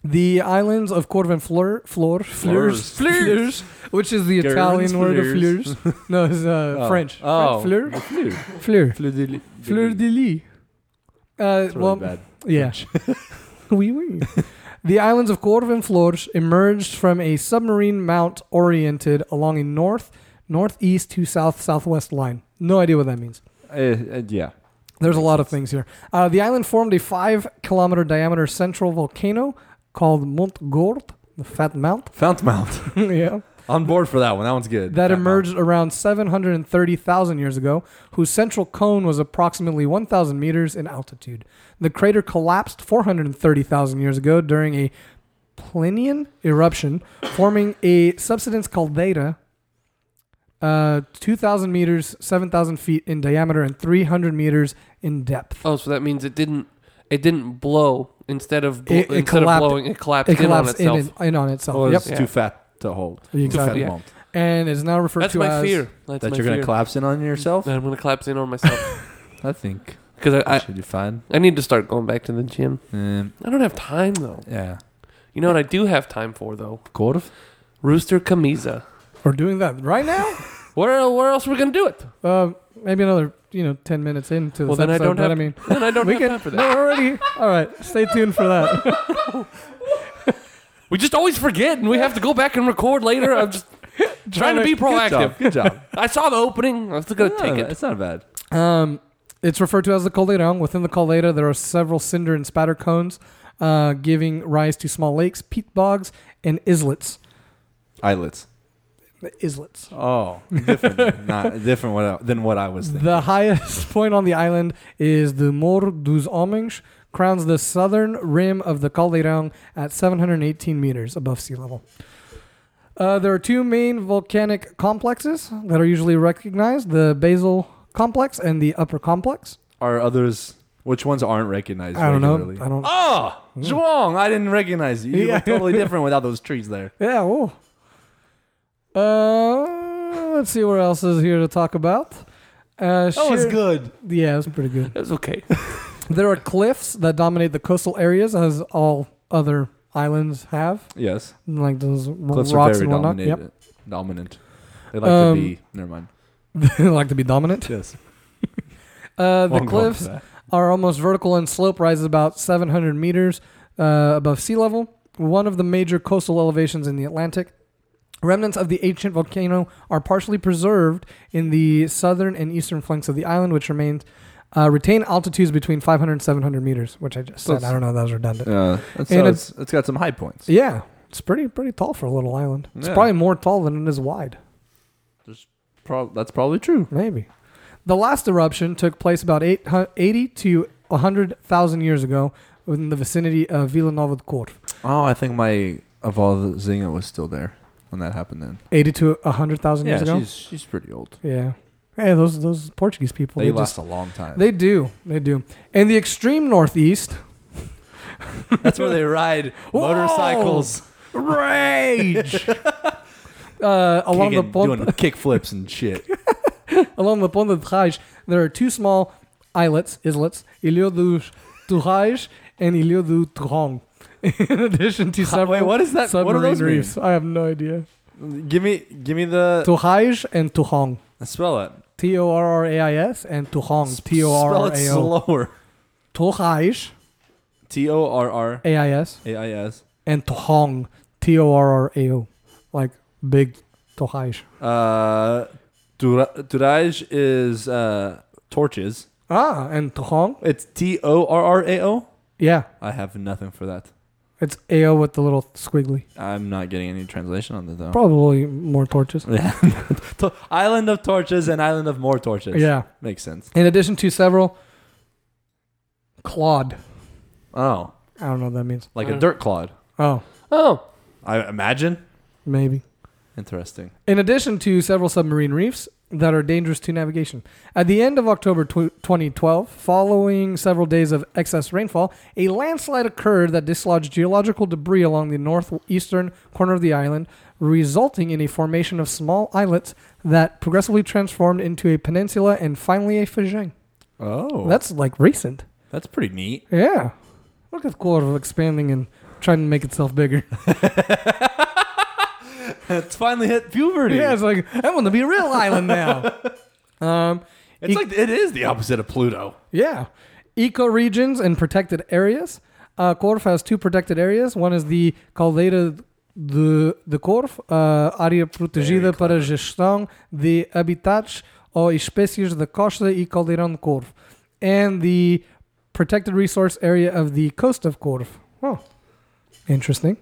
[SPEAKER 2] The islands of Corve and Fleur, Flor, Fleurs,
[SPEAKER 1] Fleurs.
[SPEAKER 2] Fleurs, which is the
[SPEAKER 1] Girls,
[SPEAKER 2] Italian word of
[SPEAKER 1] Fleurs.
[SPEAKER 2] Fleurs. No, it's uh,
[SPEAKER 1] Oh.
[SPEAKER 2] French.
[SPEAKER 1] Oh.
[SPEAKER 2] Fleur,
[SPEAKER 1] Fleur.
[SPEAKER 2] Fleur,
[SPEAKER 1] Fleur de lis.
[SPEAKER 2] Fleur de lis. Uh,
[SPEAKER 1] It's really
[SPEAKER 2] well,
[SPEAKER 1] bad.
[SPEAKER 2] yeah. oui, oui. The islands of Corve and Flores emerged from a submarine mount oriented along a north, northeast to south, southwest line. No idea what that means.
[SPEAKER 1] Uh, uh, yeah.
[SPEAKER 2] There's a lot of things here. Uh, the island formed a five kilometer diameter central volcano called Mont Gord, the Fat Mount.
[SPEAKER 1] Fount Mount.
[SPEAKER 2] yeah.
[SPEAKER 1] On board for that one. That one's good.
[SPEAKER 2] That
[SPEAKER 1] Fount
[SPEAKER 2] emerged around 730,000 years ago, whose central cone was approximately 1,000 meters in altitude. The crater collapsed 430,000 years ago during a Plinian eruption, forming a subsidence caldera. Uh, 2,000 meters, 7,000 feet in diameter, and 300 meters in depth.
[SPEAKER 3] Oh, so that means it didn't it didn't blow instead of bl-
[SPEAKER 2] It- it
[SPEAKER 3] instead
[SPEAKER 2] collaped-
[SPEAKER 3] of blowing it collapsed,
[SPEAKER 2] it collapsed
[SPEAKER 3] in on
[SPEAKER 2] in,
[SPEAKER 3] itself.
[SPEAKER 2] in, in on
[SPEAKER 1] Mount.
[SPEAKER 2] itself.
[SPEAKER 1] Oh,
[SPEAKER 2] yep.
[SPEAKER 1] it's
[SPEAKER 3] Yep.
[SPEAKER 1] too fat to hold.
[SPEAKER 2] Exactly.
[SPEAKER 1] Too
[SPEAKER 3] Yeah.
[SPEAKER 1] fat Mount.
[SPEAKER 2] And is now referred
[SPEAKER 3] That's
[SPEAKER 2] to
[SPEAKER 3] my
[SPEAKER 2] as
[SPEAKER 3] fear. That's
[SPEAKER 1] That
[SPEAKER 3] my
[SPEAKER 1] you're going
[SPEAKER 3] fear.
[SPEAKER 1] to collapse in on yourself?
[SPEAKER 3] That I'm gonna collapse in on myself
[SPEAKER 1] I think
[SPEAKER 3] because I,
[SPEAKER 1] I
[SPEAKER 3] I
[SPEAKER 1] should be fine.
[SPEAKER 3] I need to start going back to the gym.
[SPEAKER 1] Um,
[SPEAKER 3] I don't have time though.
[SPEAKER 1] yeah.
[SPEAKER 3] You know what I do have time for though?
[SPEAKER 1] Corv?
[SPEAKER 3] Rooster camisa.
[SPEAKER 2] We're doing that right now.
[SPEAKER 3] Where where else are we gonna do it?
[SPEAKER 2] uh, maybe another you know ten minutes into this
[SPEAKER 3] Well, then I
[SPEAKER 2] episode,
[SPEAKER 3] don't
[SPEAKER 2] but
[SPEAKER 3] have-
[SPEAKER 2] I mean,
[SPEAKER 3] And I don't
[SPEAKER 2] we
[SPEAKER 3] have
[SPEAKER 2] can.
[SPEAKER 3] time for that.
[SPEAKER 2] No, we're already. All right, stay tuned for that.
[SPEAKER 3] We just always forget, and we have to go back and record later. I'm just trying to be
[SPEAKER 1] Good
[SPEAKER 3] proactive.
[SPEAKER 1] job. Good job.
[SPEAKER 3] I saw the opening. I was gonna
[SPEAKER 1] No,
[SPEAKER 3] take it.
[SPEAKER 1] It's not bad.
[SPEAKER 2] Um, it's referred to as the caldeirão. Within the caldera, there are several cinder and spatter cones, uh, giving rise to small lakes, peat bogs, and islets.
[SPEAKER 1] Eyelets.
[SPEAKER 2] The islets.
[SPEAKER 1] Oh, different, not different what I, than what I was thinking.
[SPEAKER 2] The highest point on the island is the Mor dos Homens, crowns the southern rim of the Caldeirão at 718 meters above sea level. Uh, there are two main volcanic complexes that are usually recognized the basal complex and the upper complex.
[SPEAKER 1] Are others? Which ones aren't recognized?
[SPEAKER 2] I don't
[SPEAKER 1] regularly?
[SPEAKER 2] know. I don't.
[SPEAKER 1] Oh, Zhuang! I didn't recognize you. You
[SPEAKER 2] Yeah.
[SPEAKER 1] look totally different without those trees there.
[SPEAKER 2] Yeah, oh. Uh, let's see what else is here to talk about. Uh, sheer-
[SPEAKER 1] good.
[SPEAKER 2] Yeah, it's pretty good.
[SPEAKER 3] It was okay.
[SPEAKER 2] There are cliffs that dominate the coastal areas, as all other islands have,
[SPEAKER 1] Yes,
[SPEAKER 2] like those
[SPEAKER 1] cliffs are
[SPEAKER 2] rocks
[SPEAKER 1] very
[SPEAKER 2] and whatnot.
[SPEAKER 1] dominant.
[SPEAKER 2] Yep,
[SPEAKER 1] Dominant. They like
[SPEAKER 2] Um,
[SPEAKER 1] to be. Never mind.
[SPEAKER 2] they like to be dominant.
[SPEAKER 1] Yes.
[SPEAKER 2] Uh, the cliffs are almost vertical and slope rises about 700 meters uh, above sea level. One of the major coastal elevations in the Atlantic. Remnants of the ancient volcano are partially preserved in the southern and eastern flanks of the island, which remained uh, retain altitudes between 500 and 700 meters, which I just said.
[SPEAKER 1] That's-
[SPEAKER 2] I don't know. That was redundant.
[SPEAKER 1] Uh, and
[SPEAKER 2] And
[SPEAKER 1] it's, it's got some high points.
[SPEAKER 2] Yeah, it's pretty pretty tall for a little island. It's
[SPEAKER 1] Yeah.
[SPEAKER 2] probably more tall than it is wide,
[SPEAKER 1] Prob- that's probably true.
[SPEAKER 2] maybe. The last eruption took place about eight hu- 80 to 100,000 years ago in the vicinity of Vila Nova de Corf.
[SPEAKER 1] Oh, I think my of all the Zinga was still there when that happened. Then
[SPEAKER 2] 80 to 100,000 years ago?
[SPEAKER 1] she's she's pretty old.
[SPEAKER 2] Yeah. Hey, those those Portuguese people,
[SPEAKER 1] They,
[SPEAKER 2] they,
[SPEAKER 1] last
[SPEAKER 2] just
[SPEAKER 1] a long time.
[SPEAKER 2] they do. They do. In the extreme northeast,
[SPEAKER 1] that's where they ride motorcycles.
[SPEAKER 2] rage. uh, along the
[SPEAKER 1] Kicking-
[SPEAKER 2] Ponte
[SPEAKER 1] doing kick flips and shit.
[SPEAKER 2] Along the Pont de Trage, there are two small islets, islets, Ilio du Trage and Ilio du Trong. In addition to several
[SPEAKER 1] Wait, what is that?
[SPEAKER 2] submarine
[SPEAKER 1] What are those
[SPEAKER 2] reefs. I have no idea.
[SPEAKER 1] mean? Give me, give me the
[SPEAKER 2] Trage and Tuhong.
[SPEAKER 1] spell it.
[SPEAKER 2] T O R R A I S and Tuhong. T O R R A O.
[SPEAKER 1] Spell it slower.
[SPEAKER 2] Trage,
[SPEAKER 1] T o r r
[SPEAKER 2] A I S,
[SPEAKER 1] a i s.
[SPEAKER 2] and Tuhong. T O R R A O. Like big Trage.
[SPEAKER 1] Uh, Tur- Turaj is uh, torches.
[SPEAKER 2] Ah, and Tuhong?
[SPEAKER 1] It's T o r r a o.
[SPEAKER 2] Yeah.
[SPEAKER 1] I have nothing for that.
[SPEAKER 2] It's AO with the little squiggly.
[SPEAKER 1] I'm not getting any translation on that though.
[SPEAKER 2] Probably more torches.
[SPEAKER 1] Yeah. To- island of torches and island of more torches.
[SPEAKER 2] Yeah.
[SPEAKER 1] Makes sense.
[SPEAKER 2] In addition to several, clod.
[SPEAKER 1] Oh,
[SPEAKER 2] I don't know what that means.
[SPEAKER 1] like
[SPEAKER 3] Uh.
[SPEAKER 1] a dirt clod.
[SPEAKER 2] Oh,
[SPEAKER 3] Oh,
[SPEAKER 1] I imagine.
[SPEAKER 2] maybe.
[SPEAKER 1] Interesting.
[SPEAKER 2] In addition to several submarine reefs that are dangerous to navigation. At the end of October tw- 2012, following several days of excess rainfall, a landslide occurred that dislodged geological debris along the northeastern corner of the island, resulting in a formation of small islets that progressively transformed into a peninsula and finally a fajang.
[SPEAKER 1] Oh,
[SPEAKER 2] That's like recent.
[SPEAKER 1] that's pretty neat.
[SPEAKER 2] Yeah. Look at Corvo expanding and trying to make itself bigger.
[SPEAKER 1] it's finally hit puberty.
[SPEAKER 2] yeah, it's like, I want to be a real island now. um,
[SPEAKER 1] It's like it is the opposite of Pluto.
[SPEAKER 2] Yeah. Ecoregions and protected areas. Uh, Corf has two protected areas. One is the Caldeira de, de Corf, uh, área protegida para gestão de habitats ou espécies da costa e caldeirão de Corvo, and the protected resource area of the coast of Corf. Oh, interesting.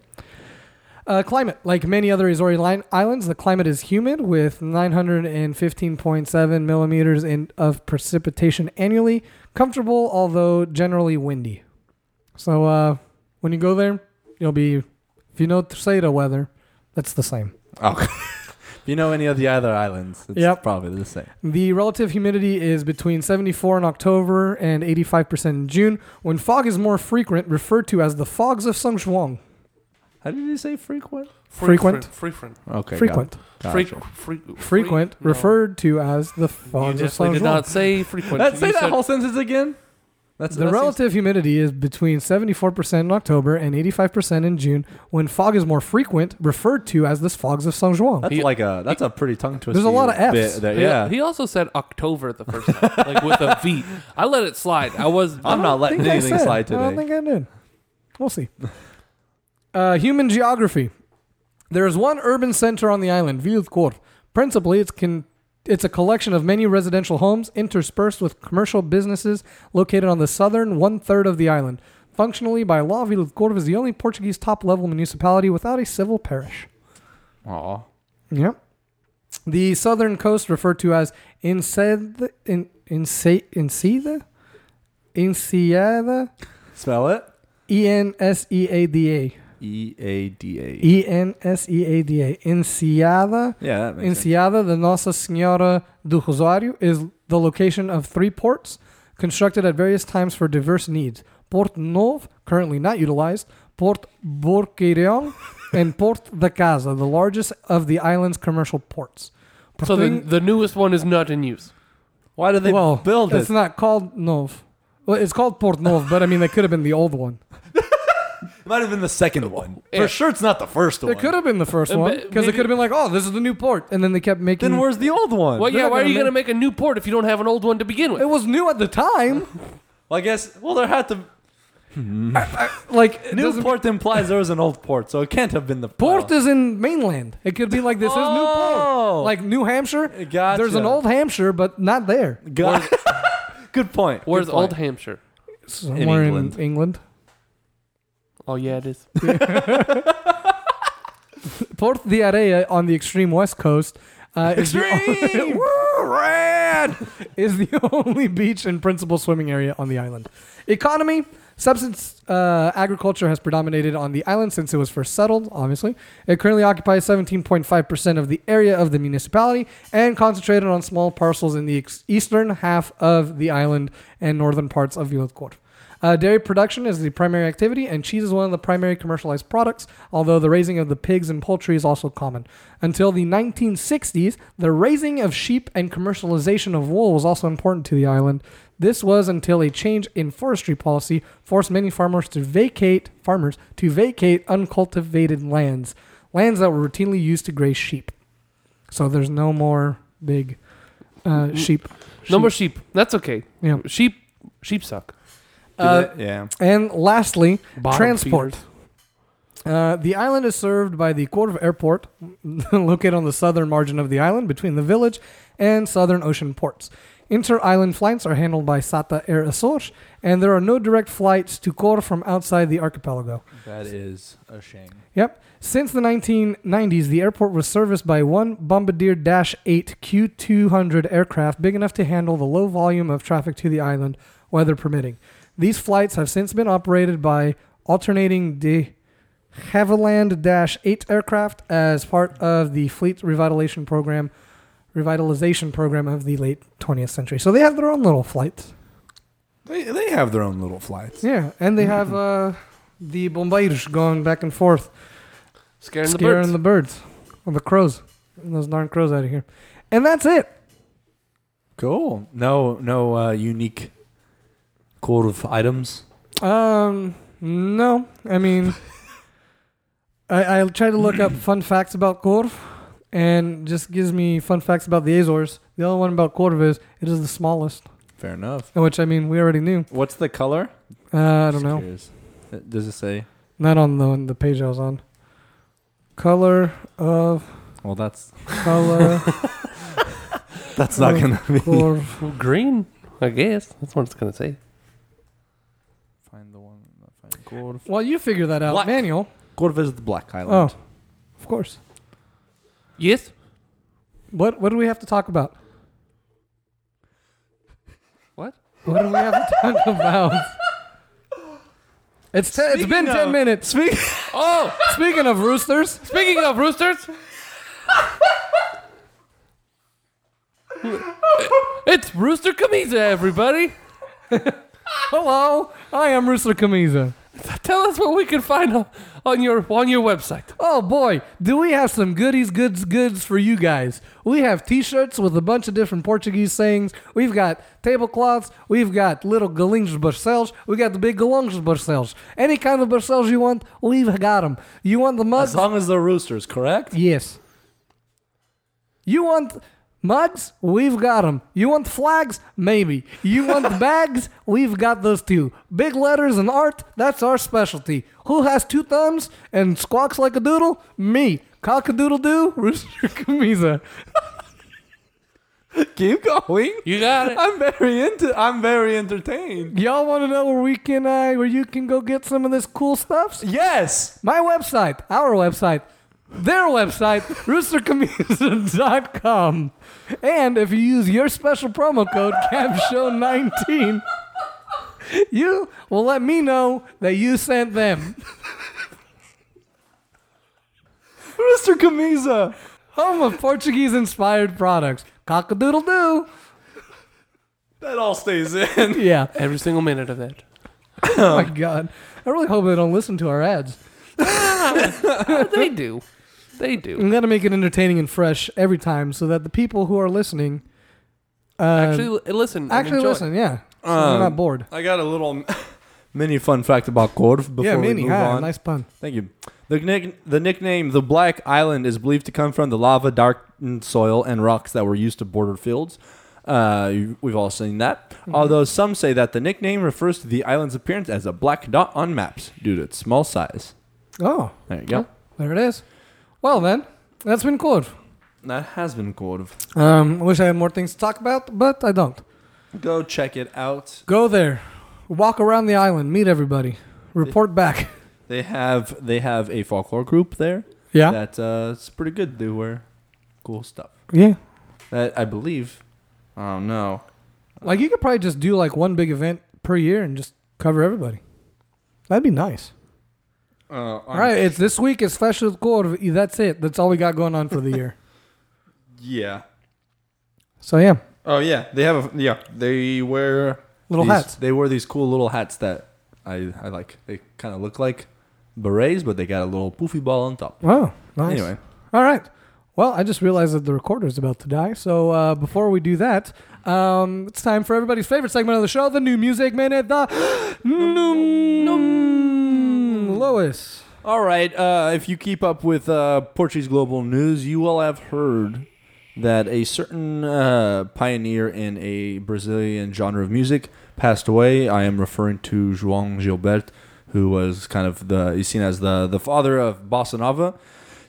[SPEAKER 2] Uh, climate, like many other Azori line islands, the climate is humid with 915.7 millimeters in, of precipitation annually. Comfortable, although generally windy. So uh, when you go there, you'll be, if you know Terceira weather, that's the same.
[SPEAKER 1] Oh, if you know any of the other islands, it's
[SPEAKER 2] Yep.
[SPEAKER 1] probably the same.
[SPEAKER 2] The relative humidity is between 74 in October and 85% in June, when fog is more frequent, referred to as the fogs of Songzhuang.
[SPEAKER 1] How did you say frequent?
[SPEAKER 2] Frequent?
[SPEAKER 3] frequent,
[SPEAKER 1] Okay,
[SPEAKER 2] frequent.
[SPEAKER 1] got-
[SPEAKER 3] frequent,
[SPEAKER 1] gotcha.
[SPEAKER 3] frequent,
[SPEAKER 2] Frequent, referred to as the
[SPEAKER 3] You
[SPEAKER 2] fogs of
[SPEAKER 3] definitely
[SPEAKER 2] Songzhuang.
[SPEAKER 3] did not say frequent.
[SPEAKER 1] Let's say
[SPEAKER 3] You
[SPEAKER 1] that
[SPEAKER 3] said-
[SPEAKER 1] whole sentence again. That's
[SPEAKER 2] The
[SPEAKER 1] that seems-
[SPEAKER 2] relative humidity is between 74% in October and 85% in June, when fog is more frequent, referred to as the fogs of Saint Juan.
[SPEAKER 1] That's
[SPEAKER 3] He-
[SPEAKER 1] like a that's a pretty tongue twister.
[SPEAKER 2] There's a lot of Fs.
[SPEAKER 1] there.
[SPEAKER 3] He-
[SPEAKER 1] Yeah,
[SPEAKER 3] He also said October the first time, like with a V. I let it slide. I was.
[SPEAKER 1] I'm not
[SPEAKER 2] I
[SPEAKER 1] letting
[SPEAKER 2] think I
[SPEAKER 1] anything
[SPEAKER 2] said.
[SPEAKER 1] slide
[SPEAKER 2] I don't
[SPEAKER 1] today.
[SPEAKER 2] think I did. We'll see. Uh, human geography. There is one urban center on the island, Vildkor. Principally, it's con- it's a collection of many residential homes interspersed with commercial businesses located on the southern one third of the island. Functionally, by law, Vildkor is the only Portuguese top level municipality without a civil parish.
[SPEAKER 1] Aw.
[SPEAKER 2] Yep. The southern coast, referred to as Enceda, in, Ense- Enceda, Enseada,
[SPEAKER 1] Spell it.
[SPEAKER 2] E N S E A D A,
[SPEAKER 1] E A D A.
[SPEAKER 2] E N S E A D A, Enseada,
[SPEAKER 1] Yeah, that makes sense.
[SPEAKER 2] Enseada the Nossa Senhora do Rosário is the location of three ports constructed at various times for diverse needs. Port Novo, currently not utilized, Port Borqueirão, and Port da Casa, the largest of the island's commercial ports.
[SPEAKER 3] So the,
[SPEAKER 2] Portugal-
[SPEAKER 3] the newest one is not in use.
[SPEAKER 1] Why did they
[SPEAKER 2] well,
[SPEAKER 1] build it?
[SPEAKER 2] It's not called Novo. Well, it's called Port Novo, but I mean, that could have been the old one.
[SPEAKER 1] It might have been the second one.
[SPEAKER 3] Yeah.
[SPEAKER 1] For sure, it's not the first one.
[SPEAKER 2] It could have been the first
[SPEAKER 3] Uh,
[SPEAKER 2] one
[SPEAKER 3] but
[SPEAKER 2] because it
[SPEAKER 3] maybe-
[SPEAKER 2] could have been like, oh, this is the new port, and then they kept making.
[SPEAKER 1] Then where's the old one?
[SPEAKER 3] Well, yeah.
[SPEAKER 2] not
[SPEAKER 3] Why are
[SPEAKER 2] gonna
[SPEAKER 3] you going to make a new port if you don't have an old one to begin
[SPEAKER 2] it
[SPEAKER 3] with?
[SPEAKER 2] was new at the time.
[SPEAKER 1] Well, I guess. Well, there had to.
[SPEAKER 2] Like it
[SPEAKER 1] New
[SPEAKER 2] doesn't-
[SPEAKER 1] port implies there was an old port, so it can't have been the
[SPEAKER 2] Port
[SPEAKER 1] Oh.
[SPEAKER 2] is in mainland. It could be like this is new
[SPEAKER 1] Oh.
[SPEAKER 2] port, like New Hampshire.
[SPEAKER 1] Gotcha.
[SPEAKER 2] There's an old Hampshire, but not there.
[SPEAKER 1] God. Good point.
[SPEAKER 3] Where's
[SPEAKER 1] Good
[SPEAKER 3] Old
[SPEAKER 1] point.
[SPEAKER 3] Hampshire?
[SPEAKER 2] Somewhere in England.
[SPEAKER 1] England.
[SPEAKER 3] Oh yeah, it is.
[SPEAKER 2] Port de Area on the extreme west coast. Uh, is the
[SPEAKER 1] Extreme. Woo, red.
[SPEAKER 2] is the only beach and principal swimming area on the island. Economy subsistence uh, agriculture has predominated on the island since it was first settled, obviously. It currently occupies 17.5% of the area of the municipality and concentrated on small parcels in the ex- eastern half of the island and northern parts of Vilotcor. Uh, dairy production is the primary activity, and cheese is one of the primary commercialized products, although the raising of the pigs and poultry is also common. Until the 1960s, the raising of sheep and commercialization of wool was also important to the island. This was until a change in forestry policy forced many farmers to vacate farmers to vacate uncultivated lands, lands that were routinely used to graze sheep. So there's no more big
[SPEAKER 3] Mm-hmm.
[SPEAKER 2] uh, sheep.
[SPEAKER 3] No more sheep. That's okay.
[SPEAKER 2] Yeah.
[SPEAKER 3] Sheep. Sheep suck.
[SPEAKER 2] Uh,
[SPEAKER 1] yeah.
[SPEAKER 2] And lastly,
[SPEAKER 3] Bottom
[SPEAKER 2] transport.
[SPEAKER 3] feeders.
[SPEAKER 2] Uh, the island is served by the Corv Airport, located on the southern margin of the island between the village and southern ocean ports. Inter island flights are handled by SATA Air Azores, and there are no direct flights to Cor from outside the archipelago.
[SPEAKER 4] That is a shame.
[SPEAKER 2] Yep. Since the 1990s, the airport was serviced by one Bombardier Dash 8 Q200 aircraft big enough to handle the low volume of traffic to the island, weather permitting. These flights have since been operated by alternating de Havilland Dash 8 aircraft as part of the fleet revitalization program, revitalization program of the late 20th century. So they have their own little flights.
[SPEAKER 1] They, they have their own little flights.
[SPEAKER 2] Yeah, and they have uh, the bombeiros going back and forth
[SPEAKER 3] Scaring the
[SPEAKER 2] scaring
[SPEAKER 3] birds.
[SPEAKER 2] the birds, Well, the crows, those darn crows out of here, and that's it.
[SPEAKER 1] Cool. No, no uh, unique core of items.
[SPEAKER 2] Um, no, I mean, I, I try to look up fun facts about Corv, and just gives me fun facts about the Azores. The only one about Corv is it is the smallest,
[SPEAKER 1] Fair enough.
[SPEAKER 2] which I mean we already knew.
[SPEAKER 4] What's the color?
[SPEAKER 2] Uh, I don't know,
[SPEAKER 1] Uh,
[SPEAKER 4] Does it say?
[SPEAKER 2] not on the on the page I was on. Color of
[SPEAKER 4] Well, that's
[SPEAKER 2] color
[SPEAKER 1] That's not
[SPEAKER 2] Oh.
[SPEAKER 1] gonna be.
[SPEAKER 2] Corv.
[SPEAKER 3] Well, green, I guess. That's what it's gonna say.
[SPEAKER 4] find the one. Find gold.
[SPEAKER 2] Well, you figure that out,
[SPEAKER 1] Black.
[SPEAKER 2] manual.
[SPEAKER 1] Corv is the black
[SPEAKER 2] Oh,
[SPEAKER 1] island.
[SPEAKER 2] of course.
[SPEAKER 3] Yes.
[SPEAKER 2] What what do we have to talk about?
[SPEAKER 3] What?
[SPEAKER 2] What do we have to talk about? It's ten, it's been ten minutes. Speak,
[SPEAKER 3] Oh,
[SPEAKER 2] speaking of roosters,
[SPEAKER 3] speaking of roosters, it's Rooster Camisa, everybody.
[SPEAKER 2] hello, I am Rooster Camisa.
[SPEAKER 3] Tell us what we can find on, on your on your website.
[SPEAKER 2] Oh boy, do we have some goodies, goods, goods for you guys? We have T-shirts with a bunch of different Portuguese sayings. We've got tablecloths. We've got little galinhos barcelos. We got the big galinhos barcelos. Any kind of barcelos you want, we've got them. You want the mugs?
[SPEAKER 1] As long as they're roosters, correct?
[SPEAKER 2] Yes. You want mugs? We've got them. You want flags? Maybe. You want bags? We've got those too. Big letters and art? That's our specialty. Who has two thumbs and squawks like a doodle? Me. Cock a doodle doo, Rooster Camisa.
[SPEAKER 1] Keep going.
[SPEAKER 3] You got it.
[SPEAKER 1] I'm very into. I'm very entertained.
[SPEAKER 2] Y'all want to know where we can, uh, where you can go get some of this cool stuff?
[SPEAKER 1] Yes.
[SPEAKER 2] My website, our website, their website, roostercommunism.com. And if you use your special promo code, CAPSHOW19, you will let me know that you sent them.
[SPEAKER 1] Rooster Camisa.
[SPEAKER 2] Home of Portuguese inspired products. Cock a doodle doo.
[SPEAKER 1] That all stays in.
[SPEAKER 2] Yeah.
[SPEAKER 3] Every single minute of that.
[SPEAKER 2] Oh my God. I really hope they don't listen to our ads.
[SPEAKER 3] they do. They do.
[SPEAKER 2] I'm going to make it entertaining and fresh every time so that the people who are listening uh,
[SPEAKER 3] Actually, li- listen. and
[SPEAKER 2] actually
[SPEAKER 3] enjoy.
[SPEAKER 2] listen. Yeah. So
[SPEAKER 1] Um,
[SPEAKER 2] they're not bored.
[SPEAKER 1] I got a little mini fun fact about Corv before
[SPEAKER 2] Yeah,
[SPEAKER 1] we
[SPEAKER 2] mini.
[SPEAKER 1] move
[SPEAKER 2] Hi,
[SPEAKER 1] on.
[SPEAKER 2] nice pun.
[SPEAKER 1] Thank you. The, nick- the nickname the Black Island is believed to come from the lava, darkened soil, and rocks that were used to border fields. Uh, you- we've all seen that.
[SPEAKER 2] Mm-hmm.
[SPEAKER 1] Although some say that the nickname refers to the island's appearance as a black dot on maps due to its small size.
[SPEAKER 2] Oh.
[SPEAKER 1] There you go.
[SPEAKER 2] There it is. Well, then, that's been cool.
[SPEAKER 1] That has been Corv.
[SPEAKER 2] Um, I wish I had more things to talk about, but I don't.
[SPEAKER 1] Go check it out.
[SPEAKER 2] Go there, walk around the island, meet everybody, report back.
[SPEAKER 1] They have they have a folklore group there
[SPEAKER 2] Yeah,
[SPEAKER 1] that uh, it's pretty good. They wear cool stuff.
[SPEAKER 2] yeah.
[SPEAKER 1] That I believe. Oh no.
[SPEAKER 2] Like you could probably just do like one big event per year and just cover everybody. That'd be nice.
[SPEAKER 1] Uh, all
[SPEAKER 2] All right, it's this week. It's Festa do Corvo. That's it. That's all we got going on for the year.
[SPEAKER 1] Yeah.
[SPEAKER 2] So yeah,
[SPEAKER 1] Oh yeah, they have a yeah. They wear
[SPEAKER 2] Little
[SPEAKER 1] these-
[SPEAKER 2] hats.
[SPEAKER 1] They wear these cool little hats that I I like. They kind of look like berets, but they got a little poofy ball on top.
[SPEAKER 2] wow, nice.
[SPEAKER 1] Anyway,
[SPEAKER 2] All right. Well, I just realized that the recorder's about to die. So uh, before we do that, um, it's time for everybody's favorite segment of the show, the new music minute. The Noom. Lois.
[SPEAKER 1] all right. Uh, if you keep up with uh, Portuguese global news, you will have heard that a certain uh, pioneer in a Brazilian genre of music passed away. I am referring to João Gilbert, who was kind of the he's seen as the the father of bossa nova.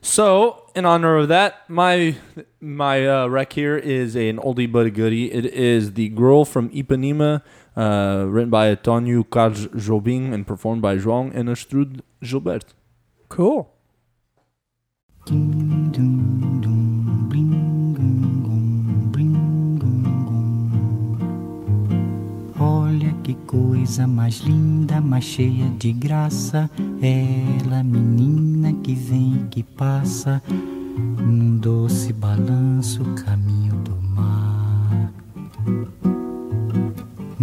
[SPEAKER 1] So in honor of that, my my uh, rec here is an oldie but a goodie. It is the girl from Ipanema, uh, written by Tonio Carlos Jobim and performed by João and Astrud Gilbert.
[SPEAKER 2] Cool.
[SPEAKER 5] Olha que coisa mais linda, mais cheia de graça. Ela, menina que vem e que passa, num doce balanço, caminho do mar.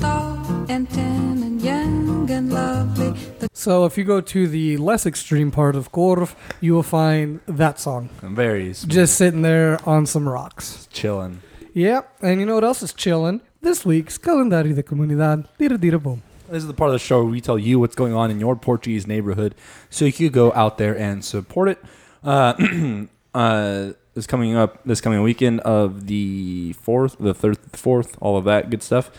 [SPEAKER 6] tall and tan and young and lovely. The
[SPEAKER 2] So if you go to the less extreme part of Korf, you will find that song.
[SPEAKER 1] Very smooth,
[SPEAKER 2] Just sitting there on some rocks.
[SPEAKER 1] chilling.
[SPEAKER 2] Yep. And you know what else is chilling? This week's Calendario de Comunidad. Dira dira boom.
[SPEAKER 1] This is the part of the show where we tell you what's going on in your Portuguese neighborhood, so you could go out there and support it. Uh, uh, is coming up this coming weekend of the fourth, the third, fourth, all of that good stuff.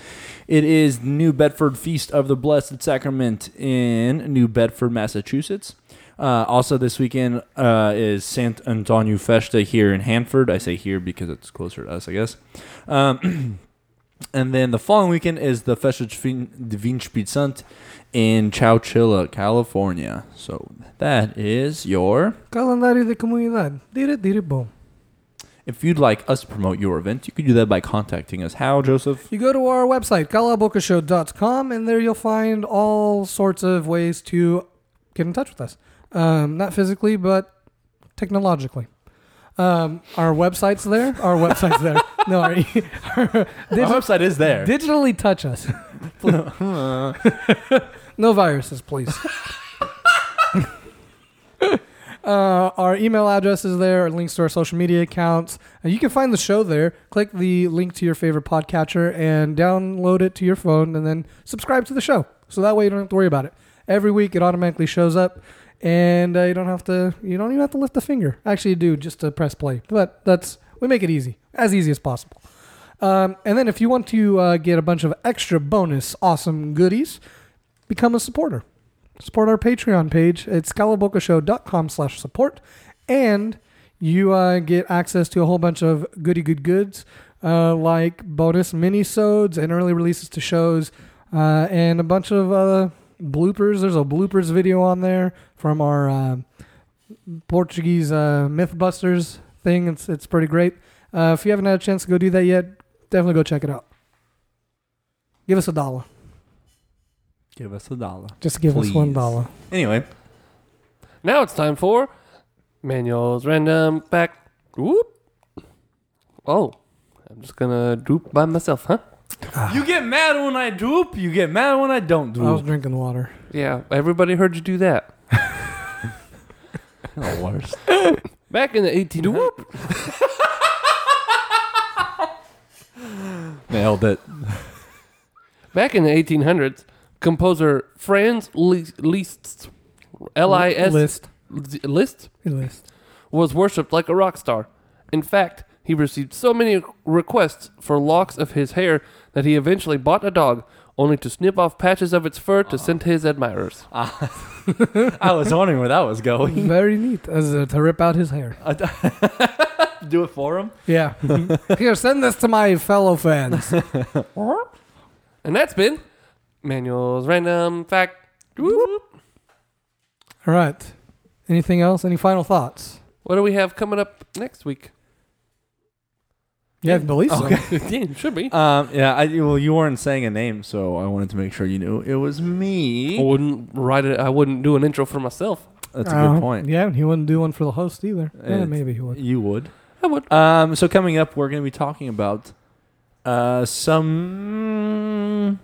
[SPEAKER 1] It is New Bedford Feast of the Blessed Sacrament in New Bedford, Massachusetts. Uh, also, this weekend uh, is Sant Antonio Festa here in Hanford. I say here because it's closer to us, I guess. Um, and then the following weekend is the Festa Divinspitzant in Chowchilla, California. So that is your.
[SPEAKER 2] Calendario de Comunidad. Dira dira boom.
[SPEAKER 1] If you'd like us to promote your event, you could do that by contacting us. How, Joseph?
[SPEAKER 2] You go to our website, kalabokashow.com, and there you'll find all sorts of ways to get in touch with us. Um, not physically, but technologically. Um, our website's there. Our website's there. No, our, e-
[SPEAKER 1] Our website is there.
[SPEAKER 2] digitally touch us. no viruses, please. Uh, our email address is there, our links to our social media accounts. Uh, you can find the show there. Click the link to your favorite podcatcher and download it to your phone and then subscribe to the show. So that way you don't have to worry about it. Every week it automatically shows up and uh, you don't have to you don't even have to lift a finger. Actually you do just to press play. But that's we make it easy, as easy as possible. Um, and then if you want to uh, get a bunch of extra bonus awesome goodies, become a supporter. Support our Patreon page. It's calabocashow.com slash support. And you uh, get access to a whole bunch of goody good goods uh, like bonus mini-sodes and early releases to shows uh, and a bunch of uh, bloopers. There's a bloopers video on there from our uh, Portuguese uh, Mythbusters thing. It's, it's pretty great. Uh, if you haven't had a chance to go do that yet, definitely go check it out. Give us a dollar.
[SPEAKER 1] Give us a dollar.
[SPEAKER 2] Just give us one
[SPEAKER 1] Please.
[SPEAKER 2] dollar.
[SPEAKER 1] Anyway,
[SPEAKER 3] Now it's time for Manuel's Random Fact. Whoop. Oh, I'm just gonna droop by myself, huh?
[SPEAKER 1] you get mad when I droop. You get mad when I don't
[SPEAKER 2] I was
[SPEAKER 1] droop.
[SPEAKER 2] drinking water.
[SPEAKER 3] Yeah, everybody heard you do that.
[SPEAKER 1] the worst.
[SPEAKER 3] Back in the 1800s.
[SPEAKER 1] Nailed it.
[SPEAKER 3] Back in the 1800s, composer Franz Li- Liszt, L I S
[SPEAKER 2] list.
[SPEAKER 3] Liszt,
[SPEAKER 2] List.
[SPEAKER 3] was worshipped like a rock star. In fact, he received so many requests for locks of his hair that he eventually bought a dog, only to snip off patches of its fur to send to his admirers.
[SPEAKER 1] I was wondering where that was going.
[SPEAKER 2] Very neat. As uh, to rip out his hair.
[SPEAKER 1] Do it for him.
[SPEAKER 2] Yeah. Here, send this to my fellow fans.
[SPEAKER 3] And that's been Manuel's Random Fact. Whoop.
[SPEAKER 2] All right. Anything else? Any final thoughts?
[SPEAKER 3] What do we have coming up next week?
[SPEAKER 2] Yeah, I believe so.
[SPEAKER 3] yeah, it should be.
[SPEAKER 1] Um, yeah, I, well, you weren't saying a name, so I wanted to make sure you knew it was me.
[SPEAKER 3] I wouldn't write it. I wouldn't do an intro for myself.
[SPEAKER 1] That's a
[SPEAKER 2] Uh,
[SPEAKER 1] good point.
[SPEAKER 2] Yeah, and he wouldn't do one for the host either. Yeah,
[SPEAKER 1] It's-
[SPEAKER 2] maybe he would.
[SPEAKER 1] You would.
[SPEAKER 3] I would.
[SPEAKER 1] Um, so coming up, we're going to be talking about uh, some.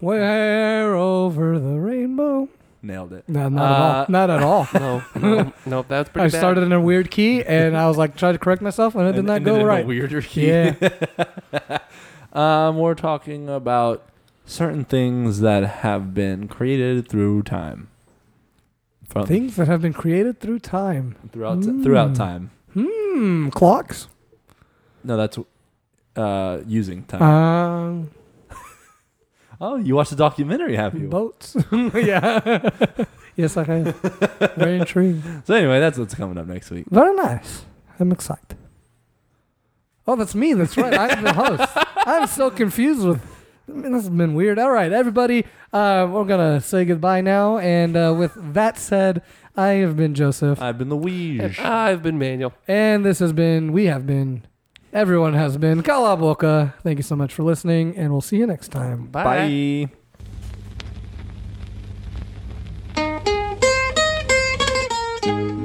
[SPEAKER 2] Where over the rainbow?
[SPEAKER 1] Nailed it.
[SPEAKER 2] No, not
[SPEAKER 1] Uh,
[SPEAKER 2] at all. Not at all.
[SPEAKER 3] No, no, no. That's pretty
[SPEAKER 2] I
[SPEAKER 3] bad.
[SPEAKER 2] started in a weird key, and I was like trying to correct myself, and it did
[SPEAKER 1] And-
[SPEAKER 2] not
[SPEAKER 1] and
[SPEAKER 2] go
[SPEAKER 1] then in a
[SPEAKER 2] right.
[SPEAKER 1] weirder key.
[SPEAKER 2] Yeah,
[SPEAKER 1] um, we're talking about certain things that have been created through time. From
[SPEAKER 2] things that have been created through time.
[SPEAKER 1] throughout throughout
[SPEAKER 2] Mm.
[SPEAKER 1] time.
[SPEAKER 2] Hmm, clocks.
[SPEAKER 1] No, that's uh, using time.
[SPEAKER 2] Um,
[SPEAKER 1] oh, you watched the documentary, have you?
[SPEAKER 2] boats. yeah. yes, I have. Very intrigued.
[SPEAKER 1] So anyway, that's what's coming up next week.
[SPEAKER 2] Very nice. I'm excited. Oh, that's me. That's right. I'm the host. I'm so confused with. I mean, this has been weird. All right, everybody, uh, we're gonna say goodbye now. And uh, with that said, I have been Joseph,
[SPEAKER 1] I've been the Weege.
[SPEAKER 3] Ah, I've been manual.
[SPEAKER 2] and this has been. We have been. Everyone has been. Kalaboka. Thank you so much for listening, and we'll see you next time.
[SPEAKER 3] Bye.
[SPEAKER 1] Bye.
[SPEAKER 6] Thank you.